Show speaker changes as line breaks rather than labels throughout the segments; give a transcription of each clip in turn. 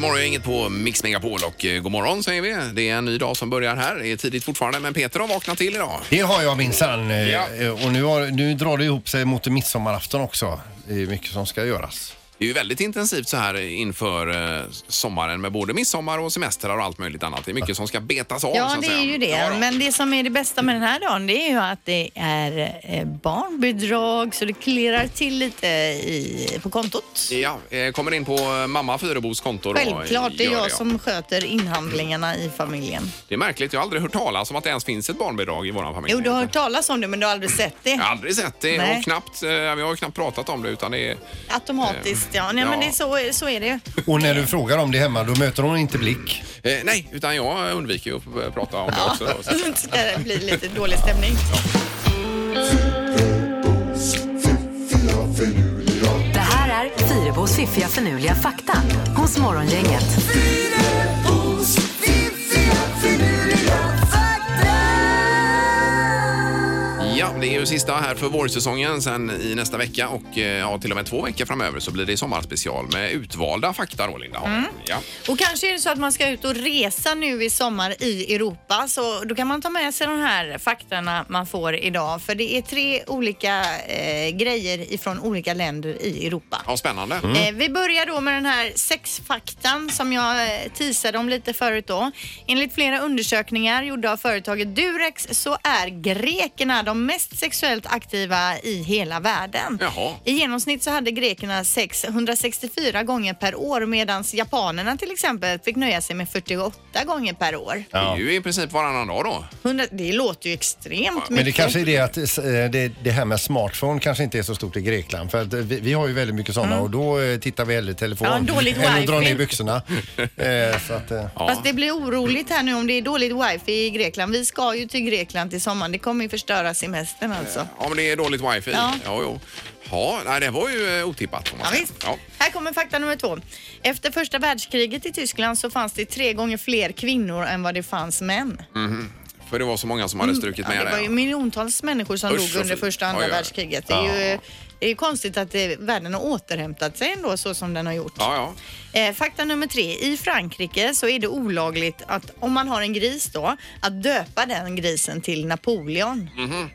morgon, inget på Mix Megapol och eh, god morgon säger vi. Det är en ny dag som börjar här. Det är tidigt fortfarande men Peter har vaknat till idag.
Det har jag minsann. eh,
Ja.
eh, Och nu, har, nu drar det ihop sig mot midsommarafton också. Det är mycket som ska göras.
Det är ju väldigt intensivt så här inför eh, sommaren med både midsommar och semestrar och allt möjligt annat. Det är mycket som ska betas av. så
Ja,
att
det
säga.
är ju
Ja, då.
det. Men det som är det bästa med den här dagen det är ju att det är eh, barnbidrag så det klirrar till lite i, på kontot.
Ja, eh, kommer in på eh, mamma Fyrebos konto. då.
Självklart, det är
Gör
jag
ja. Mm.
som sköter inhandlingarna i familjen.
Det är märkligt, jag har aldrig hört talas om att det ens finns ett barnbidrag i vår familj.
Jo, du har hört talas om det men du har aldrig sett det.
Jag har aldrig sett det och
Nej.
knappt, eh, vi har ju knappt pratat om det utan det är...
Automatiskt, ja. Nej, men det är så, så är det ju.
Och när du frågar om det hemma, då möter hon inte blick.
Eh, nej, utan jag undviker ju att eh, prata om det också. Då, så.
Så det ska det bli lite dålig stämning.
Det här är Fyrabos fiffiga förnuliga fakta hos Morgongänget.
Ja, det är ju sista här för vårsäsongen sen i nästa vecka och eh, ja, till och med två veckor framöver så blir det sommarspecial med utvalda fakta då, Linda.
Mm.
Ja.
Och kanske är det så att man ska ut och resa nu i sommar i Europa så då kan man ta med sig de här faktorna man får idag för det är tre olika eh, grejer ifrån olika länder i Europa.
ja, spännande.
Mm.
Eh, vi börjar då med den här sexfaktan som jag eh, teasade om lite förut då. Enligt flera undersökningar gjorda av företaget Durex så är grekerna de mest sexuellt aktiva i hela världen.
Jaha.
I genomsnitt så hade grekerna sex 164 gånger per år medan japanerna till exempel fick nöja sig med 48 gånger per år.
Det är ju i princip varannan dag då.
100, det låter ju extremt mycket.
Men det kanske är det att eh, det, det här med smartphone kanske inte är så stort i Grekland. För att eh, vi, vi har ju väldigt mycket
Mm.
sådana och då eh, tittar vi hellre i telefon
Ja, dåligt
än att dra
wifi.
ner byxorna. Eh, så att, eh,
Ja.
Fast det blir oroligt här nu om det är dåligt wifi i Grekland. Vi ska ju till Grekland till sommaren. Det kommer ju förstöra semestern alltså.
Ja, men det är dåligt wifi.
Ja.
Ja, jo. ja nej, det var ju eh, otippat. får man
Ja,
säga.
visst.
Ja.
Här kommer fakta nummer två. Efter första världskriget i Tyskland så fanns det tre gånger fler kvinnor än vad det fanns män.
För Mm, det var så många som hade strukit
Mm. Ja,
med
det var ju miljontals människor som
Usch,
dog
vad
under
fy.
första och andra
Oj, oj, oj.
världskriget. Det är ju eh, det är ju konstigt att det, världen har återhämtat sig ändå så som den har gjort.
Ja, ja.
Eh, fakta nummer tre. I Frankrike så är det olagligt att om man har en gris då, att döpa den grisen till Napoleon.
Mm.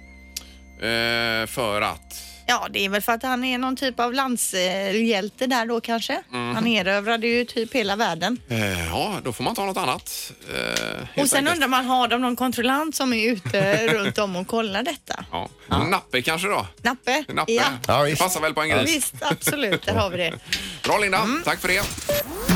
Eh, för att...
Ja, det är väl för att han är någon typ av landshjälte där då kanske.
Mm.
Han erövrade ju typ hela världen.
Eh, ja, då får man ta något annat. Eh, helt
Och sen
enkelt.
undrar man, har de någon kontrollant som är ute runt om och kollar detta?
Ja. Nappe kanske då?
Nappe?
Nappe.
Ja.
Ja,
det
visst.
passar väl på en gris.
Visst, absolut, där har vi det.
Bra Linda,
Mm.
tack för det.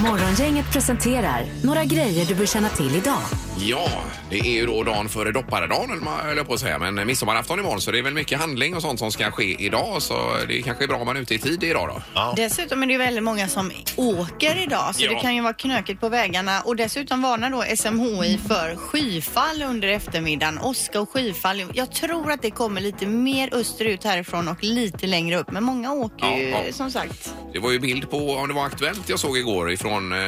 Morgongänget presenterar några grejer du bör känna till idag.
Ja, det är ju då dagen före dopparedagen eller vad höll jag på att säga. Men midsommarafton imorgon så det är väl mycket handling och sånt som ska ske idag. Så det kanske är bra om man är ute i tid idag då.
Dessutom är det ju väldigt många som åker idag så
Ja.
det kan ju vara knökigt på vägarna och dessutom varnar då SMHI för skyfall under eftermiddagen. Åska och skyfall. Jag tror att det kommer lite mer österut härifrån och lite längre upp men många åker
Ja,
ju
ja.
som sagt.
Det var ju bild på, om det var Aktuellt jag såg igår ifrån, eh,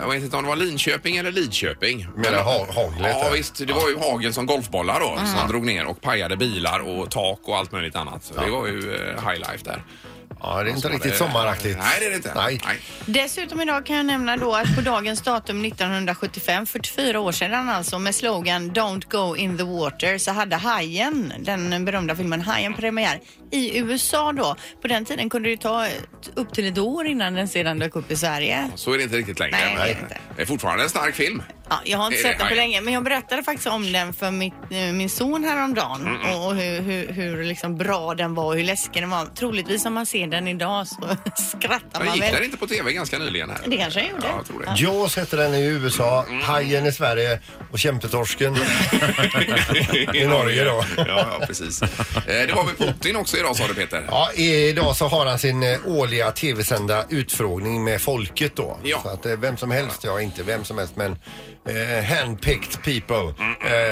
jag vet inte om det var Linköping eller Lidköping.
Med det ha- haglet
Ja
där.
visst, det var ju hagel som golfbollar då
Mm.
som drog ner och pajade bilar och tak och allt möjligt annat. Så det var ju eh, high life där.
ja, det är inte riktigt sommaraktigt.
alltså, eh, Nej, det är det inte.
Nej.
Dessutom idag kan jag nämna då att på dagens datum 1975, 44 år sedan alltså, med slogan Don't go in the water så hade Hajen, den berömda filmen Hajen, premiär i USA då. På den tiden kunde det ta upp till ett år innan den sedan dök upp i Sverige.
Så är det inte riktigt längre.
Nej, det är
men
inte.
det är fortfarande en stark film.
Ja, jag har inte
Är det
sett den på
Hajen?
länge men jag berättade faktiskt om den för mitt, eh, min son häromdagen och, och hur, hur, hur liksom bra den var och hur läskig den var. Troligtvis om man ser den idag så skrattar
Men
man
gick
väl.
den inte på tv ganska nyligen? Här?
Det kanske den gjorde.
Ja, jag tror det.
Jaws heter den i USA,
Mm.
Hajen i Sverige och Kämpetorsken i Norge då.
Ja, ja precis. Eh, Det var väl Putin också idag sa du Peter?
Ja, idag så har han sin eh, årliga tv-sända utfrågning med folket då.
Ja.
Så att eh, vem som helst, ja inte vem som helst men eh, handpicked people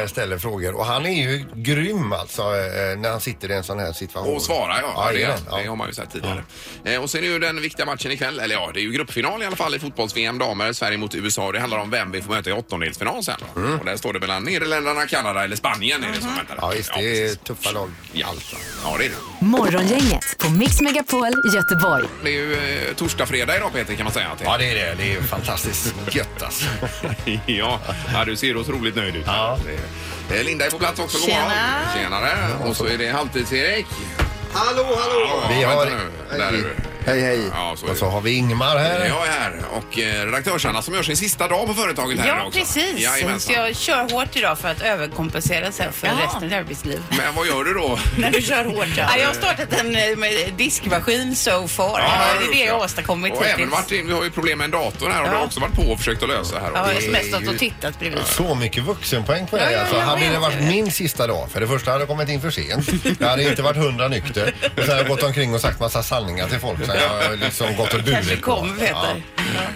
eh, ställer frågor. Och han är ju grym alltså eh, när han sitter i en sån här situation.
Och svara, ja. det,
Jajamän,
det har man ju sett tidigare. Eh, och sen är ju den viktiga matchen ikväll, eller ja, det är ju gruppfinal i alla fall i fotbolls-VM damer. Sverige mot USA. Det handlar om vem vi får möta i åttondelsfinal sen. Och där står det mellan Nederländerna, Kanada eller Spanien är det som väntar.
Mm. Ja, visst, det är tuffa lag.
Ja, ja, det är det.
Morgongänget på Mix Megapol Göteborg.
Det är ju eh, torsdag-fredag idag Peter kan man säga. att det är.
Ja, det är det. Det är fantastiskt gött alltså.
ja, ja, du ser otroligt nöjd ut.
Ja.
Det är- eh, Linda är på plats också. God morgon.
Tjena.
Tjenare. Och så är det halvtids-Erik.
Hallå, hallå!
Ja,
Vi har-
vänta nu. Där är du.
Hej, hej.
Ja, så är
Och så
det.
har vi Ingmar här.
Jag är här och eh, redaktörs-Anna som gör sin sista dag på företaget här
Ja,
också.
precis. så
Jajamensan.
jag kör hårt idag för att överkompensera sen för
Ja.
resten av arbetslivet.
Men vad gör du då?
När du kör hårt ja.
Ja, jag har startat en eh, med diskmaskin so far. det är det jag har åstadkommit
Och även varit in, vi har ju problem med en dator här och du har också varit på och försökt att lösa här.
Jag har
också.
ju
Det är
smsat
ju-
och tittat bredvid.
Så mycket vuxenpoäng på dig.
Ja, ja,
alltså.
jag
Hade
vet,
det varit
jag vet.
min sista dag, för det första hade jag kommit in för sent. Jag hade inte varit hundra nykter. Och sen hade jag gått omkring och sagt massa sanningar till folk som jag har liksom gått och burit
Kanske kommer Peter.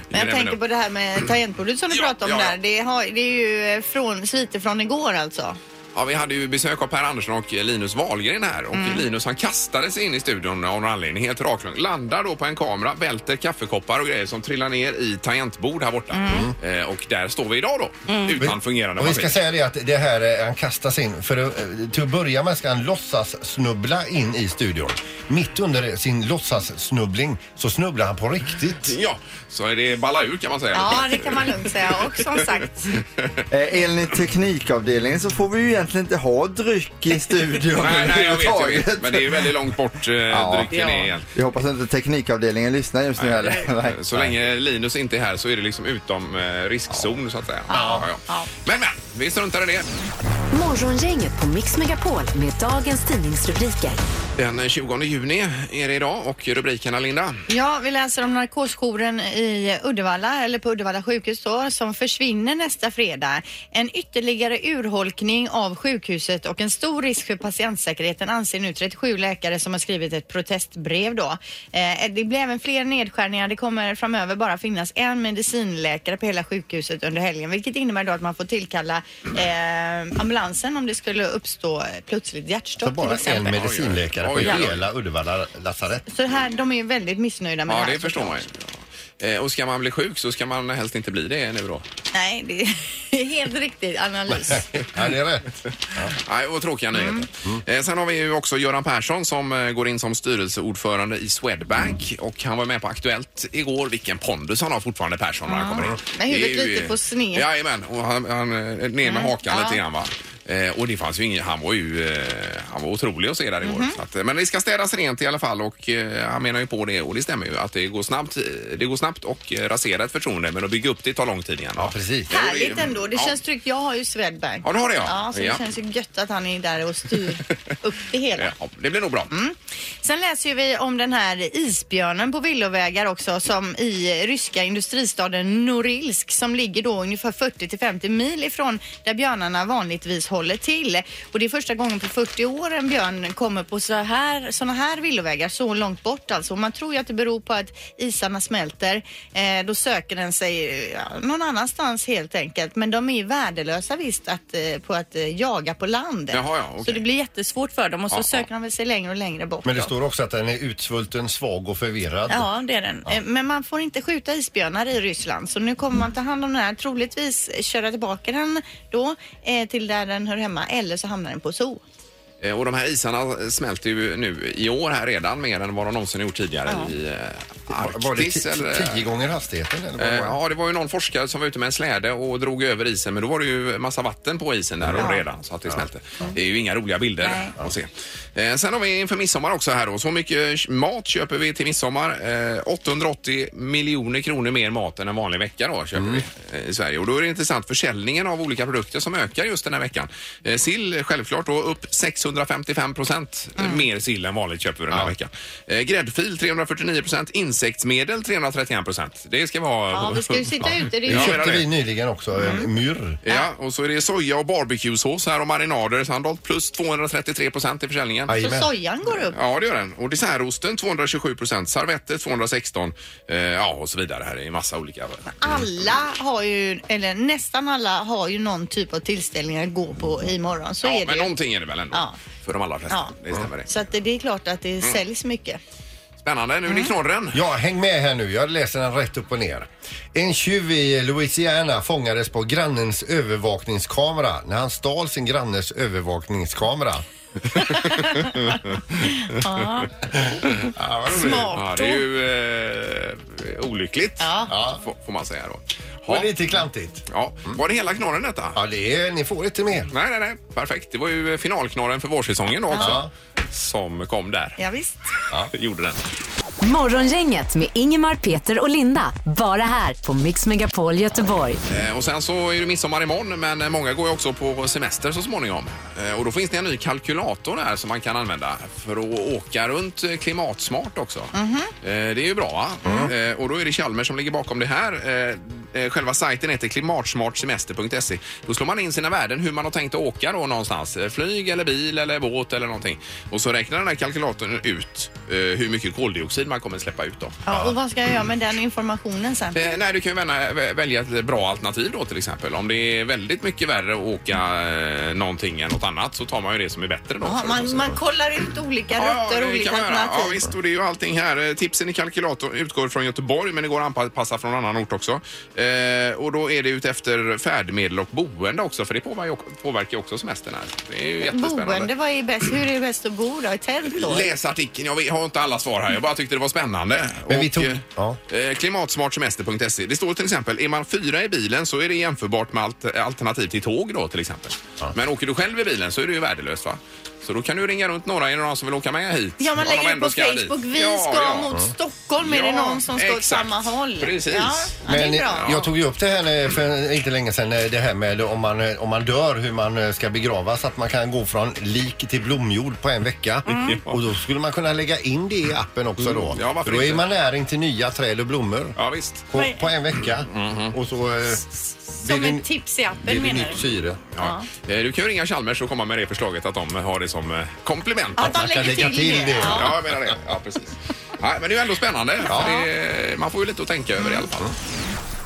Men jag tänker på det här med tangentbordet som du
Mm. Ja,
pratade om
ja, ja.
där. Det, har, det är ju eh, från, sviter från igår alltså.
Ja, vi hade ju besök av Per Andersson och Linus Wahlgren här och
Mm.
Linus han kastade sig in i studion av någon anledning helt raklång. Landar då på en kamera, välter kaffekoppar och grejer som trillar ner i tangentbord här borta.
Mm.
Eh, och där står vi idag då, utan fungerande
Och vi ska
maskin.
säga det att det här, eh, han kastas in. För att, eh, till att börja med ska han låtsas snubbla in i studion. Mitt under sin låtsassnubbling så snubblar han på riktigt.
Ja, så är det balla ur kan man säga.
Ja, det kan man lugnt säga. Och som sagt,
Eh, enligt teknikavdelningen så får vi ju egentligen inte ha dryck i studion
Nej, nej, jag vet, jag vet.
överhuvudtaget.
Men det är ju väldigt långt bort eh, drycken
Ja.
är igen.
Jag hoppas inte teknikavdelningen lyssnar just nu heller. Nej.
Så länge Linus inte är här så är det liksom utom eh, riskzon så att säga. Ja, ja. Men men, vi struntar i det.
Morgongänget på Mix Megapol med dagens tidningsrubriker.
Den 20 juni är det idag och rubrikerna Linda?
ja, vi läser om narkosjouren i Uddevalla, eller på Uddevalla sjukhus då, som försvinner nästa fredag. En ytterligare urholkning av sjukhuset och en stor risk för patientsäkerheten anser nu 37 läkare som har skrivit ett protestbrev då. Eh, det blir även fler nedskärningar. Det kommer framöver bara finnas en medicinläkare på hela sjukhuset under helgen, vilket innebär då att man får tillkalla eh, ambulansen om det skulle uppstå plötsligt hjärtstopp
Så bara
till
en
exempel.
medicinläkare på
Oj, oj, oj.
hela Uddevalla lasarett.
Så här, de är ju väldigt missnöjda med
Ja,
det här.
det förstår man ju. Eh, Och ska man bli sjuk så ska man helst inte bli det nu då.
Nej, det är helt riktig analys.
Ja, det är rätt.
Nej, och tråkiga nyheter.
Mm.
Eh, Sen har vi ju också Göran Persson som eh, går in som styrelseordförande i Swedbank
Mm.
och han var med på Aktuellt igår. Vilken pondus han har fortfarande Persson när han kommer in.
Med huvudet
Det är ju,
lite på sned. Mm.
Jajamän, och han, han eh, ner med hakan
Ja.
lite grann va. Eh, och det fanns ju ingen, han var ju eh, han var otrolig att se där igår.
Mm-hmm.
Så att, eh, men det ska städas rent i alla fall och eh, han menar ju på det och det stämmer ju att det går snabbt, eh, det går snabbt och eh, rasera ett förtroende men att bygga upp det tar lång tid igen. va?
Ja, precis.
Härligt ändå. Det
Ja.
känns tryggt. Jag har ju Swedbank.
Ja, det har det, ja.
Ja, så det
Ja.
känns ju gött att han är där och styr upp det hela.
Ja, det blir nog bra.
Sen läser ju vi om den här isbjörnen på villovägar också som i ryska industristaden Norilsk som ligger då ungefär 40 till 50 mil ifrån där björnarna vanligtvis håller till. Och det är första gången på 40 år en björn kommer på så här, såna här villovägar så långt bort alltså. Och man tror ju att det beror på att isarna smälter. Eh, då söker den sig eh, ja, någon annanstans helt enkelt. Men de är ju värdelösa visst att, eh, på att eh, jaga på land.
Jaha, ja, okej.
Så det blir jättesvårt för dem och så
Ja, ja.
söker de väl sig längre och längre bort.
Men det
då.
står också att den är utsvulten, svag och förvirrad.
Ja, det är den. Eh, Men man får inte skjuta isbjörnar i Ryssland. Så nu kommer man ta hand om den här. Troligtvis köra tillbaka den då eh, till där den hör hemma eller så hamnar den på zoo.
Eh, Och de här isarna smälter ju nu i år här redan mer än vad de någonsin gjort tidigare i eh, Arktis.
Var det ti-
eller?
tio gånger hastigheten? Eller
Eh,
vad var det?
Ja, det var ju någon forskare som var ute med en släde och drog över isen men då var det ju massa vatten på isen där och redan så att det smälte. Det är ju inga roliga bilder att se. Eh, Sen har vi inför midsommar också här då. Så mycket mat köper vi till midsommar. Eh, 880 miljoner kronor mer mat än en vanlig vecka då köper vi eh, i Sverige. Och då är det intressant försäljningen av olika produkter som ökar just den här veckan. Eh, Sill självklart då upp 600 655 procent eh, mer sill än vanligt köper vi den här veckan. Eh, gräddfil 349 procent, insektsmedel 331 procent. Det ska vara...
Ja, vi ska ju sitta ute. Det
Ja,
är ju
menar
Köpte
det.
vi nyligen också, mm. myrr.
Ja, och så är det soja och barbecuesås här och marinader. Så han har plus 233 procent i försäljningen.
så
Jajamän.
sojan går upp.
Ja, det gör den. Och dessertosten 227 procent, servetter 216 eh, ja, och så vidare. Här är en massa olika.
Alla har ju, eller nästan alla har ju någon typ av tillställning att gå på imorgon. Så
Ja,
är det
men
ju.
någonting är det väl ändå.
Ja.
För de allra flesta.
Ja.
Det stämmer det. Mm.
Så att det det är klart att det säljs mycket.
Spännande. Nu
Mm.
är det knorren.
Ja, häng med här nu. Jag läser den rätt upp och ner. En tjuv i Louisiana fångades på grannens övervakningskamera när han stal sin grannes övervakningskamera.
Ja, vad roligt.
Smart
Ja, det är ju eh, olyckligt,
Ja.
Får, får man säga då.
Det
Ja,
är lite klantigt.
ja. Var det hela knorren detta?
Ja, det är, ni får inte mer.
Nej, nej, nej. Perfekt. Det var ju eh, finalknorren för vårsäsongen då också. Som kom där.
Ja, visst.
Gjorde den.
Morgongänget med Ingemar, Peter och Linda. Bara här på Mix Megapol Göteborg.
Eh, Och sen så är det midsommar imorgon men eh, många går ju också på semester så småningom. Eh, Och då finns det en ny kalkylator här som man kan använda för att åka runt eh, klimatsmart också. Eh, Det är ju bra va? Eh, Och då är det Chalmers som ligger bakom det här. Eh, eh, Själva sajten heter klimatsmartsemester.se. Då slår man in sina värden, hur man har tänkt att åka då någonstans. Eh, Flyg eller bil eller båt eller någonting. Och så räknar den här kalkylatorn ut eh, hur mycket koldioxid man kommer släppa ut då.
Ja, och vad ska jag göra med den informationen sen?
Eh, nej, du kan ju vända, vä- välja ett bra alternativ då till exempel. Om det är väldigt mycket värre att åka eh, någonting än något annat så tar man ju det som är bättre då.
Ja,
för att
man,
också-
man kollar ut olika
Ja,
rutter och
det
olika
kan man göra. Ja,
alternativ.
visst, och det är ju allting här. Eh, Tipsen i kalkylatorn utgår från Göteborg men det går att anpassa från annan ort också. Eh, och då är det utefter färdmedel och boende också för det påverkar ju också- påverkar ju också semestern här. Det är ju jättespännande.
Boende, vad är bäst? hur är det bäst att bo då? I tält då?
Läs artikeln, jag har inte alla svar här. Jag bara tyckte det var spännande.
Men vi tog-
eh,
ja.
eh, Klimatsmartsemester.se. Det står till exempel, är man fyra i bilen så är det jämförbart med alt- alternativ till tåg då till exempel. Men åker du själv i bilen så är det ju värdelöst va? Så då kan du ringa runt några, är det någon som vill åka med hit?
Ja, man
Om de
lägger det
ändå
på
ska dit.
Facebook. Vi
Ja,
ska
ja.
mot Stockholm. Är det
Ja,
någon som ska åt
exakt.
samma håll?
Precis.
Ja, ja, det är
Men eh,
bra.
jag tog ju upp det här när- för inte länge sedan, när det här med om man, eh, om man dör, hur man eh, ska begravas. Att man kan gå från lik till blomjord på en vecka. Mm. Och då skulle man kunna lägga in det i appen också då.
Ja, varför
för då är
inte?
man näring till nya träd och blommor.
Ja, visst.
På, på en vecka. Och så eh,
Som
blir det-
ett tips i
blir
appen
det
menar
nytt
du?
syre.
Ja. Eh, Du kan ju ringa Chalmers och komma med det förslaget att de har det som eh, komplement.
Att de
man kan
lägger
lägga
till,
till
det.
det.
Ja.
Ja, jag menar det. Ja, precis. Nej, men det är ju ändå spännande. Det, eh, man får ju lite att tänka över i alla fall.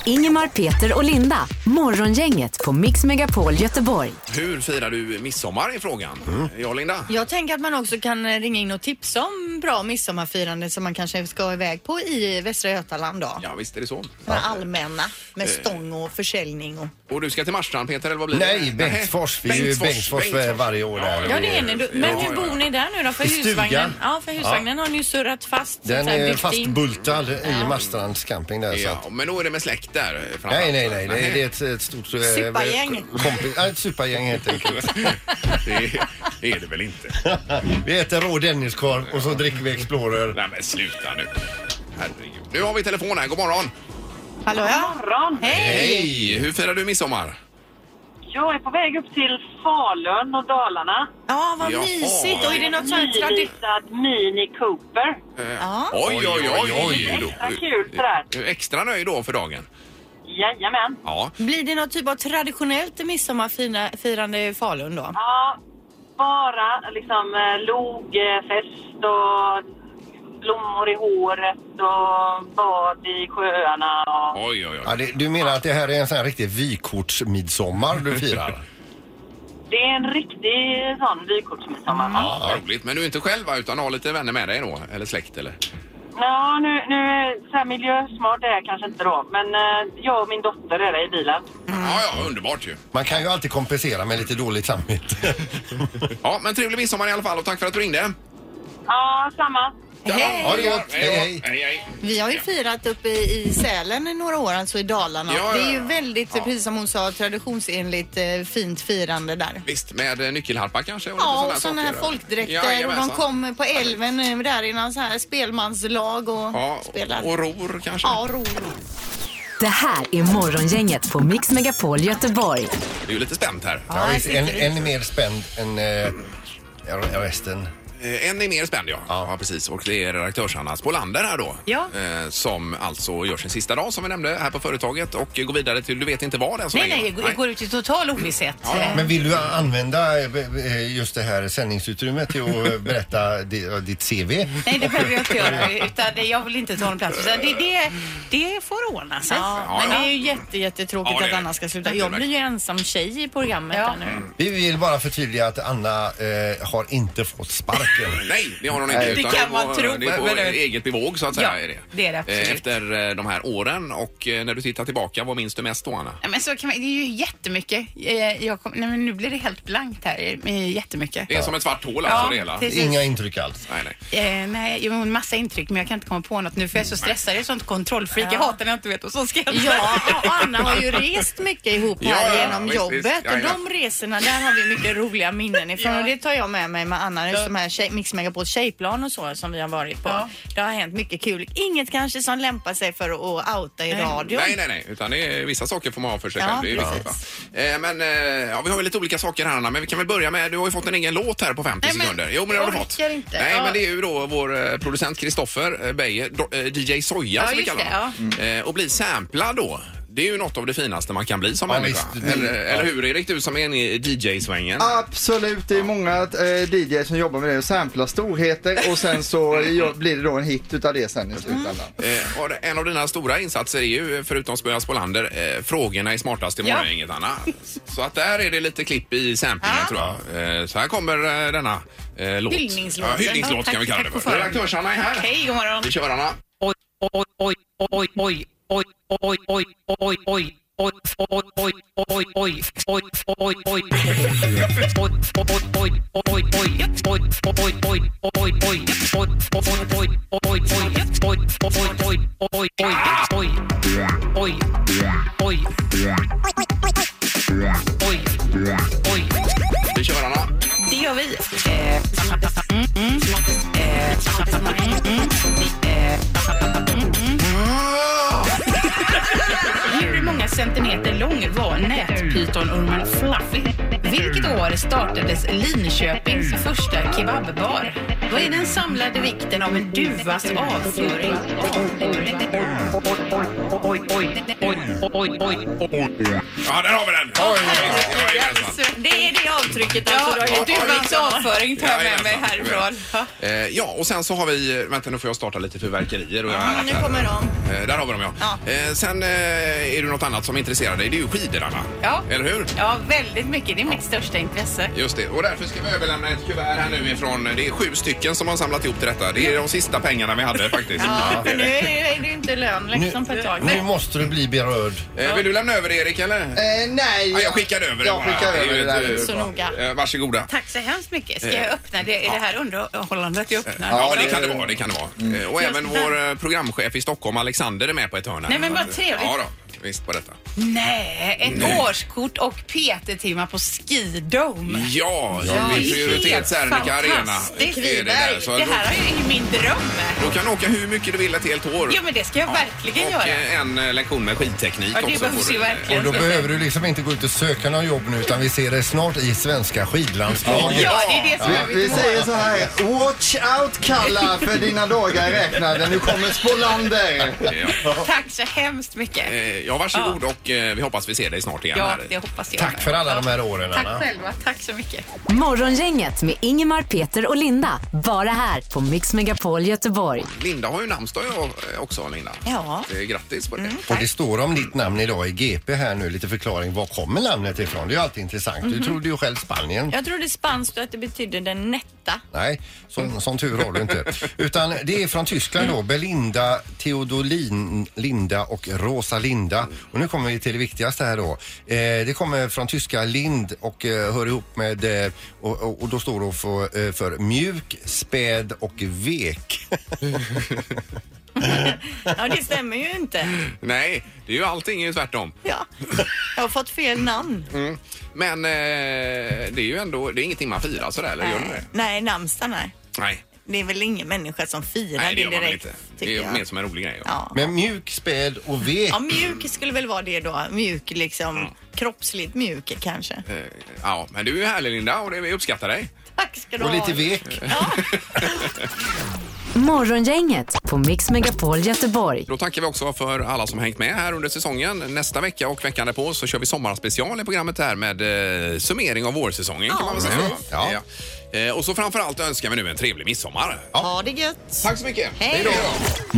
Ingemar, Peter och Linda. Morgongänget på Mix Megapol Göteborg.
Hur firar du midsommar i frågan?
Mm.
Ja, Linda?
Jag tänker att man också kan eh, ringa in och tipsa om bra midsommarfirande som man kanske ska iväg på i Västra Götaland då.
Ja, visst är det så.
Den allmänna med stång och försäljning och...
Och du ska till Marstrand, Peter, eller vad blir det?
Nej, Bengtsfors. Vi är ju i Bengtsfors var- varje år där.
Ja, det är ni. Du- Men hur bor ni där nu då? För
I stugan.
husvagnen, ja, för husvagnen har ni ju surrat fast. så
Den
att säga,
är
byggt in.
fastbultad i Marstrands camping där. Så att,
Ja, men då är det med släkt där. eh, framför
Nej,
allt.
nej, nej. Det är, det är ett, ett stort... eh,
Supergäng.
Kompis, ja, ett supergäng helt enkelt.
det är- det är det väl inte.
Vi äter rå Denniskorv och så dricker vi Explorer.
Nej, men sluta nu. Herregud. Nu har vi telefon här. God morgon.
Hallå ja?
morgon.
Hej! Hur firar du midsommar?
Jag är på väg upp till Falun och Dalarna.
Ja, vad
Jaha.
mysigt. Och är det något sånt här tradition?
Nyvisad Mini Cooper.
Oj, oj, oj. oj,
Extra kul sådär.
Du är extra nöjd då för dagen?
Jajamän.
Ja.
Blir det något typ av traditionellt midsommarfirande i Falun då?
Ja, bara liksom eh, logfest och blommor i håret och bad i sjöarna. Och...
Oj, oj,
Ja,
oj.
det, du menar att det här är en sån här riktig vykortsmidsommar du firar?
Det är en riktig sån vykortsmidsommar.
Ja, vad roligt. Men du är inte själv va, utan har lite vänner med dig då? Eller släkt eller?
Ja, nu, nu så här miljösmart är jag kanske inte då, men eh, jag och min dotter är där i bilen.
Ja, ja, underbart ju.
Man kan ju alltid kompensera med lite dåligt samvete.
Ja, men trevlig midsommar i alla fall och tack för att du ringde.
Ja, samma.
Hej!
Ha det gott! Hej, hej!
hej, hej.
Vi har ju firat uppe i i Sälen i några år, alltså i Dalarna.
Ja, ja, ja.
Det är ju väldigt, precis som hon sa, traditionsenligt eh, fint firande där.
Visst, med eh, nyckelharpa kanske? Och lite
Ja, och sådana här
saker.
folkdräkter och de
Jajamensan.
kom på älven eh, där i någon så här spelmanslag och
Ja,
spelar.
och ror kanske?
ja, ro.
Det här är Morgongänget på Mix Megapol Göteborg.
Det är ju lite spänt här.
Ja,
Ja,
visst,
jag
en,
sitter i-
en mer spänd än eh, Resten.
Eh, En är mer spänd, ja. ja. precis. Och det är redaktörs-Hanna Spolander här då.
Ja.
Eh, som alltså gör sin sista dag, som vi nämnde, här på företaget och går vidare till du vet inte vad än så
Nej,
länge.
nej, jag går- jag går ut i total ovisshet. Eh,
Men vill du använda eh, eh, just det här sändningsutrymmet till att eh, berätta di- ditt CV?
Nej, det behöver jag inte göra. Utan det- jag vill inte ta någon plats. Utan det, det, det får ordna sig.
Ja,
Men
ja.
det är ju jätte, jättetråkigt
Ja, det är
att
det.
Anna ska sluta. Jag blir ju ensam tjej i programmet
Ja.
här nu.
Vi vill bara förtydliga att Anna eh, har inte fått sparken.
Nej, det har hon inte.
Nej.
utan
Det kan man
var-
tro,
Det är på
men det-
eget bevåg så att säga.
Ja,
är det.
det är det absolut.
Eh, Efter eh, de här åren och eh, när du tittar tillbaka, vad minns du mest då Anna?
Nej, men så kan man, det är ju jättemycket. Eh, Jag kom, nej, men nu blir det helt blankt här. Eh, Jättemycket.
Det är som ett svart hål alltså det hela.
precis.
Inga intryck alls.
Nej, nej.
Eh, nej, jag har en massa intryck men jag kan inte komma på något nu för jag är så stressad. Jag är sånt kontrollfreak. Jag hatar när jag inte vet vad som ska hända.
Ja, och Anna har ju rest mycket ihop
Ja,
här
ja,
genom
visst,
jobbet.
visst. Ja, ja.
Och de resorna, där har vi mycket roliga minnen ifrån. Och det tar jag med mig med Anna, just de här tjej, Mix Megapols tjejplan och så som vi har varit på. Det har hänt mycket kul. Inget kanske som lämpar sig för att att outa i radio.
Nej, nej, nej. Utan det är, vissa saker får man ha för sig
Ja,
själv. Det är ju viktigt, va?
precis.
Eh, men eh, ja, vi har ju lite olika saker här, Anna. Men vi kan väl börja med, du har ju fått en egen låt här på 50
Nej, men
sekunder. Jo, men det har du
jag
fått.
orkar inte.
Nej,
Ja.
men det är ju då vår eh, producent Kristoffer eh, Beijer, do- eh, DJ Soja som vi
just
kallar
det,
honom.
Mm.
Eh, och bli samplad då. Det är ju något av det finaste man kan bli som
Ja,
människa.
visst. Det-
eller,
ja.
eller hur Erik, du som är inne i DJ-svängen?
Absolut, det är många eh, DJs som jobbar med det och samplar storheter och sen så gör- blir det då en hit utav det sen i slutändan.
Eh, och en av dina stora insatser är ju, förutom Spöa Spolander, eh, frågorna i Smartast i morgon, inget annat. Så att där är det lite klipp i samplingen tror jag. Eh, så här kommer eh, denna eh, låt.
Hyllningslåten.
Ja, hyllningslåt
Ja,
kan vi
tack-
kalla
tack
det för.
för förhand.
Redaktörs-Anna är här.
Hej, god morgon.
Vi kör Anna.
Oj, oj, oj, oj, oj, oj, oj, oj, oj, oj. Oj, oj, oj, oj, oj, oj, oj, oj. Oj, oj, oj, oj, oj. Oj, oj, oj, oj, oj. Oj, oj, oj, oj, oj. Oj, oj, oj, oj, oj. Oj. Oj. Oj. Oj. Oj.
Vi kör Anna.
Det gör vi. Hur många centimeter lång var nätpytonormen Fluffy? Vilket år startades Linköpings första kebabbar? Vad är den samlade vikten av en duvas avföring?
Oj, oj, oj, oj, oj, oj.
Ja, där har vi den! Jajamensan.
Det är det avtrycket
Ja,
alltså. du har gjort.
duvans avföring tar jag med mig
Jajamensan.
härifrån. Ja.
Eh, ja, och sen så har vi... Vänta, nu får jag starta lite fyrverkerier. Och jag
Mm, nu kommer de.
Eh, där har vi dem, ja. Eh, sen eh, är det något annat som intresserar dig. Det är ju skidor, Anna.
Ja.
Eller hur?
Ja, väldigt mycket. Det är mitt största intresse.
Just det, och därför ska vi överlämna ett kuvert här nu ifrån, det är sju stycken som har samlat ihop till detta. Det är de sista pengarna vi hade faktiskt.
Ja, för nu är det- är det ju inte lön liksom på ett tag.
Nu måste du bli berörd.
Eh, vill du lämna över det, Erik eller?
Eh, nej,
Ja, jag skickar över
Jag
bara.
skickar
är
över
ju
det där.
ett, eh,
Så
bra.
noga.
Eh, Varsågoda.
Tack så hemskt mycket. Ska
Eh.
jag öppna det? Är det här underhållande att jag öppnar?
Ja, det kan det vara. Det kan det vara.
Mm.
Eh, Och även vår eh, programchef i Stockholm, Alexander, är med på ett hörn. här.
Nej, men vad trevligt.
Ja, då. Visst på detta.
Nej, ett årskort och PT-timmar på Skidome.
Eh, Ja, ja
det är
vi prioritet
helt
Serneke Arena.
fantastiskt.
är det där. Så
Det här
då,
är ju min dröm.
då kan du åka hur mycket du vill ett helt år.
Ja, men det ska jag verkligen
och
göra.
eh, en eh, lektion med skidteknik
Ja, det
också.
behövs
får
ju
du, eh,
verkligen.
Och då behöver du liksom inte gå ut och söka någon jobb nu utan vi ser dig snart i svenska skidlandslaget.
Ja, det är det som jag
Vi, vi
vill
säger
ha.
så här, watch out Kalla för dina dagar är räknade. Nu kommer Spolander.
Ja.
Tack så hemskt mycket.
Eh, Ja, varsågod och eh, vi hoppas vi ser dig snart igen.
Ja,
här.
det hoppas jag.
Tack för alla de här åren Anna.
Tack själva. Tack så mycket.
Morgongänget med Ingemar, Peter och Linda. Bara här på Mix Megapol Göteborg.
Linda har ju namnsdag idag, eh, också, Linda.
Ja.
Eh, Grattis på det.
Och det står om ditt namn idag i GP här nu, lite förklaring. Var kommer namnet ifrån? Det är ju alltid intressant.
Mhm.
Du trodde ju själv Spanien.
Jag trodde spanskt och att det betydde den nätta.
Nej, som, som tur har du inte. Utan det är från Tyskland då. Belinda, Theodolin, Linda och Rosa Linda. Och nu kommer vi till det viktigaste här då. Eh, det kommer från tyska Lind och eh, hör ihop med, eh, och, och, och då står det för, eh, för mjuk, späd och vek.
Ja, det stämmer ju inte.
Nej, det är ju allting är ju tvärtom.
Ja. Jag har fått fel namn.
Men eh, det är ju ändå, det är ingenting man firar sådär, eller gör det det?
Nej, namnsdag nej.
Nej,
Det är väl ingen människa som firar
nej det
det,
gör man väl
direkt.
inte. Det
tycker
är
jag.
mer som en rolig grej.
Ja.
Men mjuk, späd och vek.
Ja, mjuk skulle väl vara det då. Mjuk liksom. Kroppsligt mjuk kanske.
Eh, Ja, men du är ju härlig Linda och det, vi uppskattar dig.
Tack ska du
Och
ha.
lite vek.
Morgongänget på Mix Megapol Göteborg.
Då tackar vi också för alla som hängt med här under säsongen. Nästa vecka och veckan därpå så kör vi sommarspecial i programmet här med eh, summering av vårsäsongen kan man väl säga.
Ja.
Eh, och så framförallt önskar vi nu en trevlig midsommar.
Ha det gött.
Tack så mycket.
Hej då.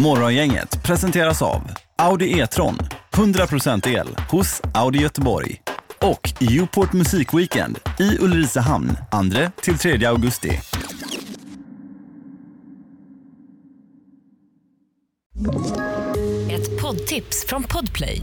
Morgongänget presenteras av Audi E-tron. 100% el hos Audi Göteborg. Och Uport Musikweekend i Ulricehamn 2-3 augusti.
Ett poddtips från Podplay.